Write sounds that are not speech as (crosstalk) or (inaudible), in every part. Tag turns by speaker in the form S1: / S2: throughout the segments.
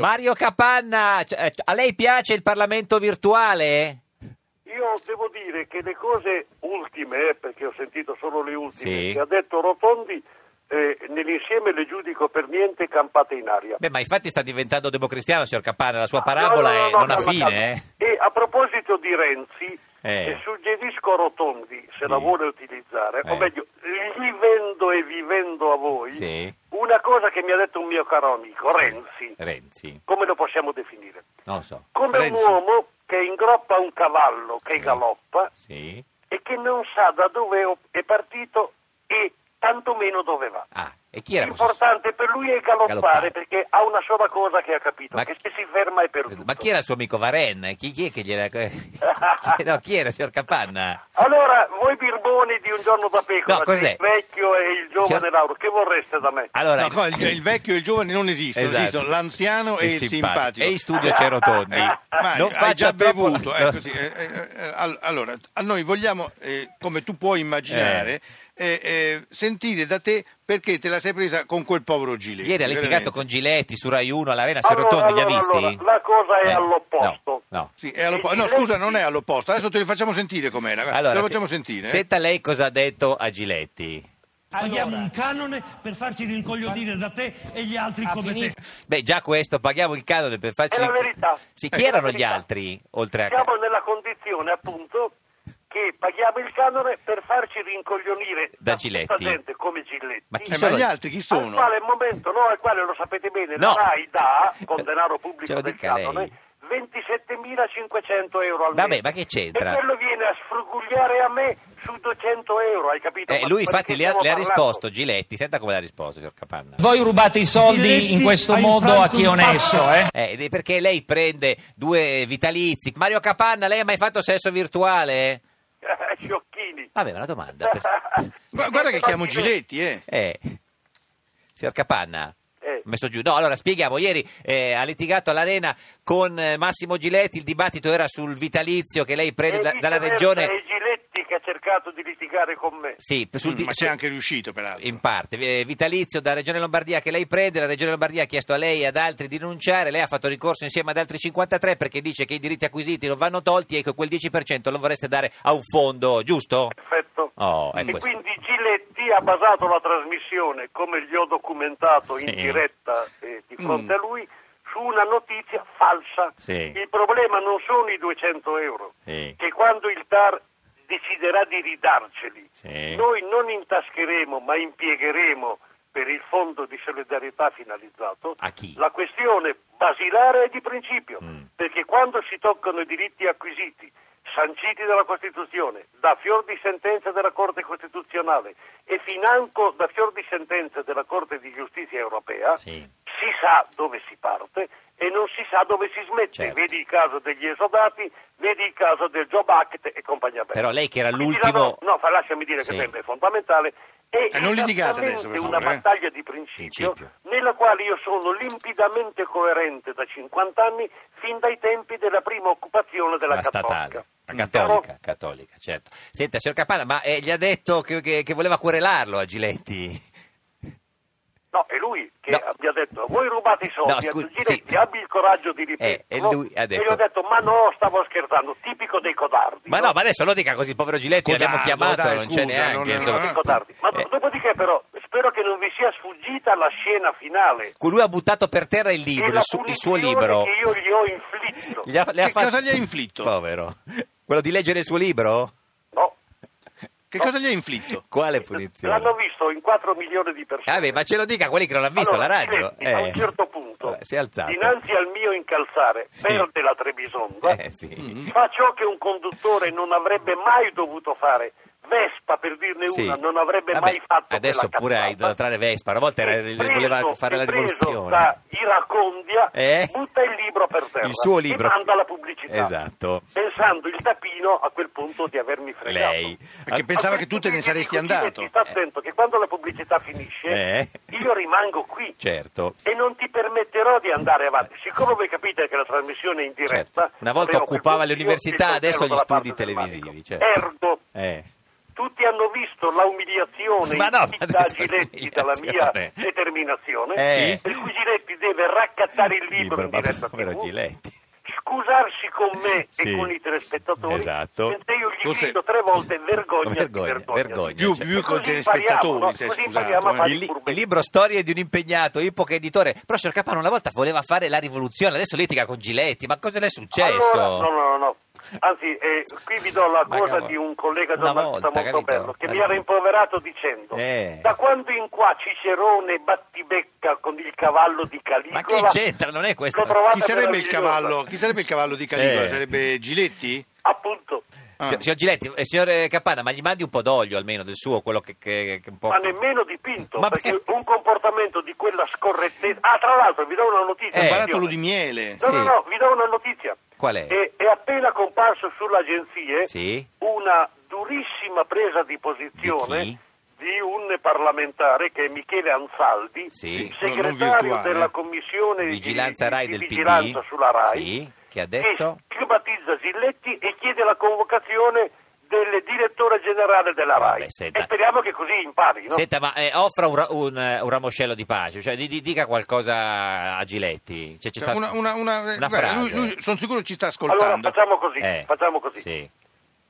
S1: Mario Capanna, c- eh, a lei piace il Parlamento virtuale?
S2: Io devo dire che le cose ultime, eh, perché ho sentito solo le ultime,
S1: Sì.
S2: che ha detto Rotondi, eh, nell'insieme le giudico per niente campate in aria.
S1: Beh, ma infatti sta diventando democristiano, signor Capanna, la sua parabola
S2: Ah, No, no, no,
S1: è-
S2: no,
S1: non ha
S2: calma,
S1: fine,
S2: calma.
S1: eh.
S2: E a proposito di Renzi,
S1: Eh.
S2: eh, suggerisco a Rotondi, se
S1: Sì.
S2: la vuole utilizzare, o
S1: Eh.
S2: meglio, vivendo e vivendo a voi,
S1: Sì. Eh.
S2: una cosa che mi ha detto un mio caro amico, Renzi,
S1: Renzi,
S2: come lo possiamo definire?
S1: non lo so.
S2: Come
S3: Renzi.
S2: un uomo che ingroppa un cavallo che
S1: Sì.
S2: galoppa
S1: Sì.
S2: e che non sa da dove è partito e tantomeno dove va.
S1: Ah, e chi era questo?
S2: L'importante per lui è galoppare,
S1: Galoppare.
S2: perché ha una sola cosa che ha capito,
S1: Ma-
S2: che se si ferma è perduto.
S1: Ma chi era il suo amico Varen? Chi, chi è che gliela...
S2: (laughs)
S1: chi- no, chi era, signor Capanna?
S2: Allora, voi birboni di un giorno da pecora,
S1: No, cos'è?
S2: il vecchio e il giovane
S1: Signor-
S2: Lauro, che vorreste da me?
S1: Allora,
S3: No, co- il, il vecchio e il giovane non esistono,
S1: Esatto.
S3: esistono l'anziano e il simpatico.
S1: E in studio c'è Rotondi.
S3: (laughs) Eh, Mario,
S1: non
S3: hai già
S1: faccia troppo-
S3: bevuto, ecco sì, eh, eh, eh, all- allora, a noi vogliamo, eh, come tu puoi immaginare, eh, eh, sentire da te perché te la sei presa con quel povero Giletti.
S1: Ieri ha litigato
S3: veramente.
S1: con Giletti su Rai 1 all'Arena, signor
S2: allora,
S1: Rotondi, li ha
S2: allora,
S1: visti?
S2: allora, la cosa è
S1: Eh,
S2: all'opposto.
S1: No, no.
S3: Sì, è all'oppo- no, scusa, non è all'opposto, adesso te li facciamo sentire com'è, guarda, te lo
S1: se-
S3: facciamo sentire. eh.
S1: Senta lei cosa ha detto a Giletti.
S4: Paghiamo un canone per farci rincoglionire da te e gli altri come te.
S1: Beh, già questo, paghiamo il canone per farci...
S2: È la verità.
S1: Sì,
S2: È
S1: chi
S2: la
S1: erano gli
S2: verità.
S1: altri, oltre a...
S2: Siamo nella condizione, appunto, che paghiamo il canone per farci rincoglionire
S1: Da
S2: tutta
S1: Giletti.
S2: gente come Giletti.
S1: Ma chi
S3: Eh,
S1: sono-
S3: ma gli altri chi
S2: Al
S3: sono?
S2: quale momento, no, al quale lo sapete bene,
S1: No.
S2: la
S1: (laughs)
S2: RAI dà, con denaro
S1: Ce
S2: pubblico
S1: lo
S2: del
S1: dica
S2: canone,
S1: lei.
S2: 27.500 euro al mese.
S1: Vabbè, ma che c'entra?
S2: E quello viene a sfrugugliare a me su 200 euro, hai capito?
S1: Eh,
S2: Ma
S1: lui
S2: di
S1: infatti
S2: che
S1: le ha,
S2: stiamo
S1: le ha
S2: parlando?
S1: risposto, Giletti, senta come le ha risposto, signor Capanna.
S5: Voi rubate i soldi in questo
S4: Diretti
S5: modo
S4: hai
S5: a chi è
S4: infranto un
S5: onesto, eh?
S1: Eh, ed è perché lei prende due vitalizi. Mario Capanna, lei ha mai fatto sesso virtuale?
S2: (laughs) Sciocchini.
S1: Vabbè, ma una domanda.
S2: (laughs)
S1: per-
S3: Gua- Guarda che chiamo Giletti, eh.
S1: Eh, signor Capanna.
S2: Eh.
S1: Messo giù. No, allora spieghiamo. Ieri eh, ha litigato all'arena con eh, Massimo Giletti. Il dibattito era sul vitalizio che lei prende
S2: E
S1: da- dalla
S2: viceversa,
S1: regione.
S2: È Giletti che ha cercato di litigare con me.
S1: Sì, sul
S3: Mm,
S1: di-
S3: ma c'è anche riuscito, peraltro.
S1: in parte eh, vitalizio da Regione Lombardia che lei prende, la Regione Lombardia ha chiesto a lei e ad altri di rinunciare, lei ha fatto ricorso insieme ad altri 53 perché dice che i diritti acquisiti non vanno tolti e che quel 10% lo vorreste dare a un fondo, giusto?
S2: Perfetto.
S1: Oh, è
S2: e
S1: questo.
S2: quindi Giletti ha basato la trasmissione, come gli ho documentato
S1: Sì. Mm.
S2: in diretta eh, di fronte a lui, su una notizia falsa.
S1: Sì.
S2: Il problema non sono i 200 euro,
S1: Sì.
S2: che quando il TAR deciderà di ridarceli,
S1: Sì.
S2: noi non intascheremo ma impiegheremo per il fondo di solidarietà finalizzato
S1: A chi?
S2: la questione basilare è di principio,
S1: Mm.
S2: perché quando si toccano i diritti acquisiti, sanciti dalla Costituzione, da fior di sentenza della Corte Costituzionale e financo da fior di sentenza della Corte di Giustizia europea,
S1: Sì.
S2: si sa dove si parte e non si sa dove si smette.
S1: Certo.
S2: Vedi il caso degli esodati, vedi il caso del Job Act e compagnia bella.
S1: Però lei che era
S2: Quindi
S1: l'ultimo-
S2: la- no, fa- lasciami dire
S1: Sì.
S2: che sembra fondamentale. È
S3: Eh, non litigate adesso,
S2: esattamente
S3: per favore,
S2: una
S3: eh.
S2: battaglia di principio,
S1: Principio.
S2: nella quale io sono limpidamente coerente da 50 anni fin dai tempi della prima occupazione della
S1: la
S2: Cattolica.
S1: statale, la
S3: Mm.
S1: cattolica, cattolica, certo. Senta, signor Capanna, ma eh, gli ha detto che, che- che voleva querelarlo a Giletti?
S2: No, è lui che
S1: No.
S2: mi ha detto, voi rubate i soldi,
S1: No,
S2: no,
S1: scusi, sì.
S2: abbi il coraggio di
S1: Eh, e
S2: ripeterlo.
S1: lui ha detto-
S2: E io ho detto, ma no, stavo scherzando, tipico dei codardi.
S1: Ma no, ma adesso lo dica così, povero Giletti,
S3: Codardo,
S1: l'abbiamo chiamato,
S3: dai,
S1: non
S3: scusa,
S1: c'è neanche.
S3: non-
S1: insomma.
S3: non-
S2: Tipico codardi. Ma do-
S1: Eh,
S2: dopodiché però, spero che non vi sia sfuggita la scena finale.
S1: lui ha buttato per terra il
S2: e
S1: libro,
S2: la
S1: il, su- il suo
S2: punizione
S1: libro.
S2: che io gli ho inflitto.
S1: Gli ha- le ha
S3: Che cosa gli ha inflitto?
S1: Povero. Quello di leggere il suo libro?
S2: No.
S3: Che cosa gli ha inflitto?
S1: Quale punizione?
S2: L'hanno visto in 4 milioni di persone.
S1: Ah, beh, ma ce lo dica a quelli che non l'hanno visto
S2: Allora,
S1: la radio. eh.
S2: Giletti, A un certo punto,
S1: Vabbè, Si è alzato.
S2: dinanzi al mio incalzare,
S1: Sì.
S2: perde la Trebisonda, Mm.
S1: Eh, sì.
S2: fa ciò che un conduttore non avrebbe mai dovuto fare. Vespa, per dirne
S1: Sì.
S2: una, non avrebbe
S1: Vabbè,
S2: mai fatto
S1: Adesso
S2: quella
S1: pure a
S2: cazzata.
S1: idolatrare Vespa, una volta era-
S2: È preso-
S1: voleva fare la
S2: è preso
S1: rivoluzione.
S2: da Iracondia,
S1: Eh?
S2: butta il libro per terra
S1: Il suo libro.
S2: e manda la pubblicità.
S1: Esatto.
S2: Pensando il tapino a quel punto di avermi fregato.
S1: Lei.
S3: Perché
S1: Ah,
S3: pensava
S2: A
S3: che
S2: quel
S3: tu
S2: punto
S3: te ne
S2: io
S3: saresti
S2: dico,
S3: andato.
S2: Giletti, Sta attento che quando la pubblicità finisce,
S1: Eh?
S2: io rimango qui.
S1: Certo.
S2: E non ti permetterò di andare avanti. Siccome voi capite che la trasmissione è in diretta.
S1: Certo. Una volta
S2: avevo quel
S1: occupava
S2: punto
S1: le
S2: io
S1: università,
S2: il pensiero
S1: adesso gli
S2: dalla
S1: studi
S2: parte del
S1: televisivi,
S2: manico.
S1: certo.
S2: Ergo,
S1: Eh.
S2: Tutti hanno visto la umiliazione
S1: Ma no,
S2: in città
S1: adesso
S2: Giletti dalla mia
S1: l'umiliazione.
S2: determinazione,
S1: Eh.
S2: per cui Giletti deve raccattare il libro in
S1: ma (laughs)
S2: diretta
S1: povero
S2: TV,
S1: Giletti.
S2: scusarsi con me
S1: Sì.
S2: e con i telespettatori,
S1: Esatto.
S2: mentre io gli
S3: Forse-
S2: grido tre volte vergogna,
S1: (laughs) Vergogna, vergogna.
S3: Più,
S1: Cioè-
S3: più con i
S2: Così impariamo, no?
S3: telespettatori, si è
S2: Così
S3: scusato.
S2: impariamo a
S3: eh.
S2: fare-
S1: Il, li-
S2: furbetti.
S1: il libro Storie di un impegnato, Ipoca editore. Però, signor Capano, una volta voleva fare la rivoluzione, adesso litiga con Giletti. Ma cosa le è successo?
S2: Allora, no, no, no, no. Anzi, eh, qui vi do la
S1: Ma
S2: cosa
S1: cavolo.
S2: di un collega
S1: Una
S2: giornalista
S1: volta,
S2: molto
S1: capito?
S2: bello che mi
S1: Eh.
S2: ha rimproverato dicendo
S1: Eh.
S2: da quando in qua Cicerone battibecca con il cavallo di
S1: Ma
S2: Calicola
S1: che c'entra? Non è questo.
S2: l'ho trovata
S3: Chi sarebbe, il
S2: meravigliosa.
S3: cavallo, chi sarebbe il cavallo di Calicola?
S1: Eh.
S3: Sarebbe Giletti?
S2: Appunto,
S3: Ah.
S1: Signor, signor Giletti, eh, signor eh, Capanna, ma gli mandi un po' d'olio almeno del suo, quello che, che- che un po'.
S2: ma nemmeno dipinto,
S1: Ma
S2: perché
S1: perché-
S2: un comportamento di quella scorrettezza... Ah, tra l'altro, vi do una notizia.
S1: Eh.
S3: Barattolo
S2: attenzione.
S3: di miele.
S2: No, no,
S1: Sì.
S2: no, vi do una notizia.
S1: Qual è?
S2: È, è appena comparso sulle agenzie
S1: Sì.
S2: una durissima presa di posizione
S1: Di chi?
S2: di un parlamentare che è Michele Anzaldi,
S1: Sì.
S3: No, non
S2: segretario
S3: virtuale, eh.
S2: della commissione di-
S1: Vigilanza
S2: di,
S1: Rai
S2: di
S1: del
S2: vigilanza
S1: PD.
S2: sulla Rai,
S1: Sì, che ha detto?
S2: che stigmatizza Gilletti e chiede la convocazione del direttore generale della
S1: Vabbè,
S2: Rai.
S1: senta.
S2: E speriamo che così impari, no?
S1: Senta, ma eh, offra un, ra- un, eh, un ramoscello di pace, cioè di- di- dica qualcosa a Giletti. Cioè, ci sta-
S3: Una, una- una-
S1: una
S3: guarda, lui-
S1: frase.
S3: lui- sono sicuro ci sta
S2: Allora
S3: ascoltando.
S2: facciamo così,
S1: Eh,
S2: facciamo così.
S1: sì.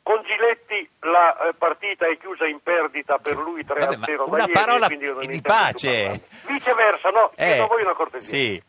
S2: Con Giletti la eh, partita è chiusa in perdita per lui 3
S1: Vabbè, ma
S2: 0
S1: una parola di pace.
S2: Viceversa, no, chiedo a
S1: Eh,
S2: voi una cortesia.
S1: Sì.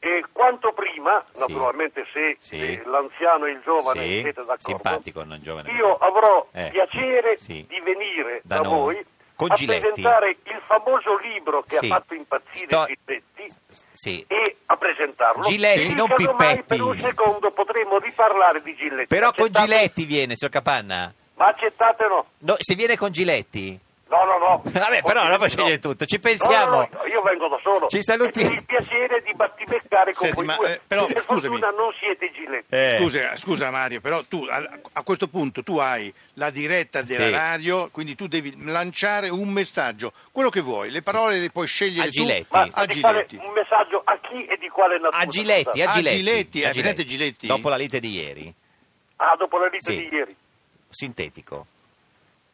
S2: E quanto prima,
S1: Sì.
S2: naturalmente se
S1: Sì.
S2: eh, l'anziano e il giovane
S1: Sì.
S2: siete d'accordo,
S1: Simpatico, non giovane.
S2: io avrò
S1: Eh.
S2: piacere
S1: Sì.
S2: di venire
S1: Da
S2: da,
S1: noi.
S2: voi
S1: Con
S2: a
S1: Giletti.
S2: presentare il famoso libro che
S1: Sì.
S2: ha fatto impazzire
S1: Sto-
S2: Giletti
S1: Sì.
S2: e a presentarlo.
S1: Giletti,
S2: E
S1: non
S2: casomai
S1: Pippetti.
S2: Per un secondo potremo riparlare di Giletti.
S1: Però con
S2: Accettate-
S1: Giletti viene, signor Capanna.
S2: Ma accettate o no?
S1: No, se viene con Giletti.
S2: No, no, no.
S1: Vabbè, però
S2: Oggi
S1: dopo
S2: no.
S1: sceglie tutto. Ci
S2: No,
S1: pensiamo.
S2: no, no, io vengo da solo.
S1: Ci saluti-
S2: E ho il piacere di battibeccare con
S3: Senti,
S2: voi
S3: ma,
S2: due.
S3: eh, però,
S2: per
S3: scusami.
S2: fortuna non siete giletti.
S1: Eh.
S3: Scusa, scusa Mario, però tu a, a questo punto tu hai la diretta della
S1: Sì.
S3: radio, quindi tu devi lanciare un messaggio, quello che vuoi, le parole le puoi scegliere
S1: A
S3: tu
S1: Giletti.
S2: Ma
S3: Eh, a
S2: di fare
S3: Giletti.
S2: un messaggio a chi e di quale natura?
S1: A Giletti, a
S3: Ah,
S1: Giletti.
S3: Giletti,
S1: a
S3: eh, presente Giletti?
S1: Dopo la lite di ieri.
S2: Ah, dopo la lite
S1: Sì.
S2: di ieri.
S1: Sintetico.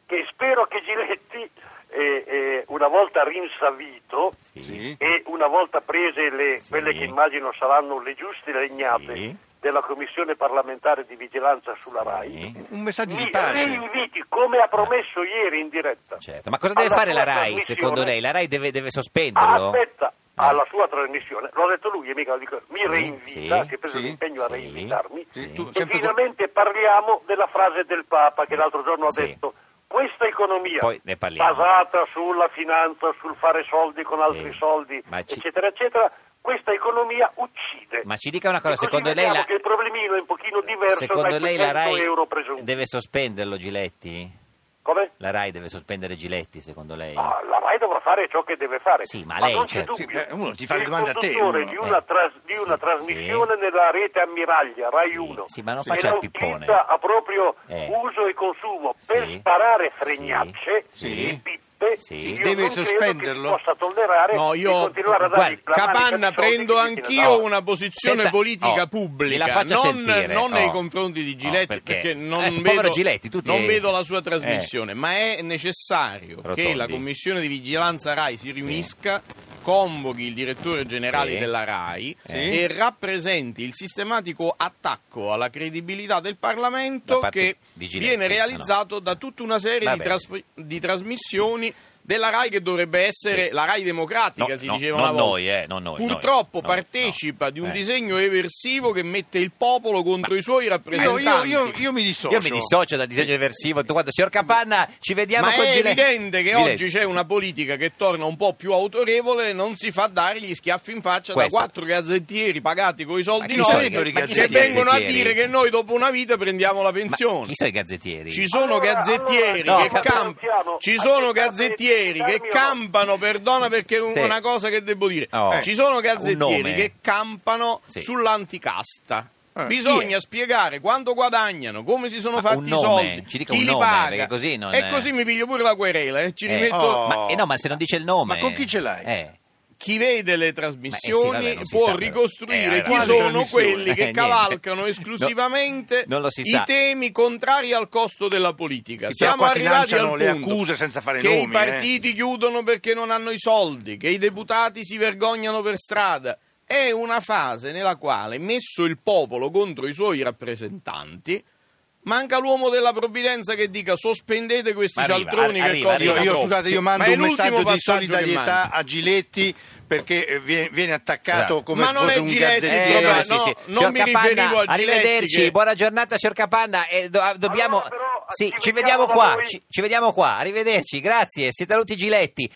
S2: Che spero che Giletti, eh, eh, una volta rinsavito
S1: Sì.
S3: Sì.
S2: e una volta prese le,
S1: Sì.
S2: quelle che immagino saranno le giuste legnate
S1: Sì.
S2: della Commissione parlamentare di vigilanza sulla RAI,
S1: Sì.
S3: Un messaggio
S2: mi
S3: di pace.
S2: reinviti come ha promesso ieri in diretta.
S1: Certo. Ma cosa deve
S2: Alla
S1: fare la
S2: sua
S1: RAI,
S2: trasmissione-
S1: secondo lei? La RAI deve, deve
S2: Ah,
S1: sospenderlo?
S2: aspetta, alla sua trasmissione, l'ho detto lui, mica lo dico- mi
S1: Eh. Sì,
S2: reinvita,
S1: sì,
S2: si è preso
S3: sì,
S2: l'impegno a
S1: sì,
S2: reinvitarmi,
S3: sì, tu
S2: e
S3: sempre-
S2: finalmente parliamo della frase del Papa che l'altro giorno ha
S1: Mm. Sì.
S2: detto, questa economia
S1: Poi ne parliamo.
S2: basata sulla finanza, sul fare soldi con altri
S1: Sì,
S2: soldi,
S1: ma ci-
S2: eccetera, eccetera, questa economia uccide.
S1: Ma ci dica una cosa,
S2: E così
S1: secondo lei
S2: vediamo
S1: la-
S2: che il problemino è un pochino diverso
S1: Secondo
S2: dai
S1: lei la
S2: 200
S1: RAI
S2: euro presunti.
S1: deve sospenderlo Giletti?
S2: Come?
S1: La RAI deve sospendere Giletti, secondo lei?
S2: Ah, la RAI dovrà fare ciò che deve fare.
S1: Sì, ma lei,
S2: non c'è
S1: certo.
S2: dubbio.
S3: Sì, eh, uno ti fa
S2: Il
S3: le domande a te,
S2: conduttore
S3: uno.
S2: Di una,
S1: Eh.
S2: tras- di una
S1: Sì,
S2: trasmissione nella rete ammiraglia, RAI
S1: Sì,
S2: 1.
S1: sì, ma non
S2: che
S1: faccia il
S2: la
S1: pippone.
S2: utilizza a proprio
S1: Eh.
S2: uso e consumo
S1: Sì.
S2: per sparare
S1: Sì.
S2: fregnacce
S1: Sì.
S2: e pippe.
S1: Sì.
S2: io
S3: Deve
S2: non credo
S3: sospenderlo?
S2: Che si possa tollerare
S6: No, io-
S2: di continuare a dare
S1: Guarda,
S2: la manica
S6: Capanna,
S2: di soldi
S6: prendo
S2: che
S6: anch'io
S2: viene dato.
S6: una posizione
S1: Senta-
S6: politica
S1: oh, gliela
S6: pubblica,
S1: faccia
S6: non,
S1: sentire,
S6: non
S1: oh.
S6: nei confronti di Giletti,
S1: Oh, perché?
S6: perché, non,
S1: Adesso, povero
S6: vedo,
S1: Giletti, tutti-
S6: non vedo la
S1: Eh.
S6: sua trasmissione, ma è necessario
S1: Rotondi.
S6: che la commissione di vigilanza RAI si riunisca. Convochi il direttore generale
S1: Sì.
S6: della RAI
S1: Sì.
S6: e rappresenti il sistematico attacco alla credibilità del Parlamento
S1: Da parte
S6: che
S1: di Giletti,
S6: viene
S1: no, no.
S6: realizzato da tutta una serie
S1: Va
S6: di,
S1: bene.
S6: trasf- di trasmissioni della RAI che dovrebbe essere
S1: Sì.
S6: la RAI democratica,
S1: No,
S6: si
S1: no,
S6: diceva
S1: non
S6: una volta.
S1: noi, eh, non noi,
S6: Purtroppo
S1: noi, no,
S6: partecipa
S1: no.
S6: di un
S1: Eh.
S6: disegno eversivo che mette il popolo contro i suoi
S3: Io,
S6: rappresentanti.
S3: io- io- io mi dissocio.
S1: Io mi dissocio dal disegno diversivo. Tutto quanto. Signor Capanna, ci vediamo
S6: Eh, Ma
S1: con
S6: è
S1: Giletti.
S6: evidente che
S1: Giletti.
S6: oggi c'è una politica che torna un po' più autorevole e non si fa dare gli schiaffi in faccia
S1: Questo.
S6: da quattro gazzettieri pagati con i
S1: Ma
S6: soldi
S1: chi
S6: nostri
S1: sono i- ma chi sono
S6: che
S1: i
S6: vengono a
S1: gazzettieri?
S6: dire che noi dopo una vita prendiamo la
S1: Ma
S6: pensione.
S1: chi sono i gazzettieri?
S6: Ci sono
S2: Allora,
S6: gazzettieri
S1: allora,
S6: che
S1: no,
S6: campano.
S2: Capitanziano,
S6: Ci sono
S2: accettate
S6: gazzettieri
S2: di
S6: che
S2: darmi o no?
S6: campano, perdona perché è un-
S1: Sì.
S6: una cosa che devo dire.
S1: Oh.
S6: Ci sono
S1: Un nome.
S6: gazzettieri che campano
S1: Sì.
S6: sull'anticasta.
S3: Eh, chi è?
S6: Bisogna spiegare quanto guadagnano, come si sono
S1: Ma
S6: fatti
S1: Ah, un
S6: i
S1: nome,
S6: soldi,
S1: ci dica
S6: chi
S1: un
S6: li
S1: nome, perché
S6: paga.
S1: così non-
S6: E così mi piglio pure la querela e ci
S1: Eh,
S6: rimetto
S3: oh.
S1: Ma, eh, no, ma se non dice il nome.
S3: Ma con chi ce l'hai?
S1: Eh.
S6: Chi vede le
S1: sì,
S6: trasmissioni
S1: vabbè, non si
S6: può
S1: sa, però. Eh,
S6: ricostruire
S1: vabbè,
S6: chi
S1: vabbè.
S6: sono
S3: Trasmissioni?
S6: quelli
S1: Eh,
S6: che
S1: niente.
S6: cavalcano
S1: No,
S6: esclusivamente
S1: non lo si
S6: i
S1: sa.
S6: temi contrari al costo della politica.
S3: Sì,
S6: Siamo
S3: però qua si
S6: arrivati al
S3: lanciano le
S6: punto
S3: accuse senza fare
S6: che i
S3: nomi, eh.
S6: partiti chiudono perché non hanno i soldi, che i deputati si vergognano per strada. È una fase nella quale, messo il popolo contro i suoi rappresentanti, manca l'uomo della provvidenza che dica sospendete questi
S1: Ma arriva,
S6: cialtroni che
S1: arriva,
S6: costano
S1: arriva.
S3: Io, io,
S6: troppo".
S3: scusate, io
S6: Sì, ma
S3: mando
S6: è
S3: un
S6: l'ultimo
S3: messaggio di
S6: passaggio che manca.
S3: solidarietà a Giletti perché eh, viene, viene attaccato
S1: Esatto.
S3: come
S6: Ma
S3: se
S6: non
S3: fosse
S6: è
S3: un
S6: Giletti,
S1: Eh,
S6: Vabbè,
S3: gazzettiere.
S1: no,
S6: no,
S1: sì, sì.
S6: non
S1: Signor
S6: mi
S1: Capanna,
S6: riferivo a Giletti
S1: arrivederci,
S6: che-
S1: buona giornata, signor Capanna. e do- ah, dobbiamo...
S2: Allora, però,
S1: sì,
S2: ci
S1: ci vediamo
S2: vediamo da
S1: qua,
S2: voi.
S1: ci, ci vediamo qua. Arrivederci, grazie. Siete saluti Giletti.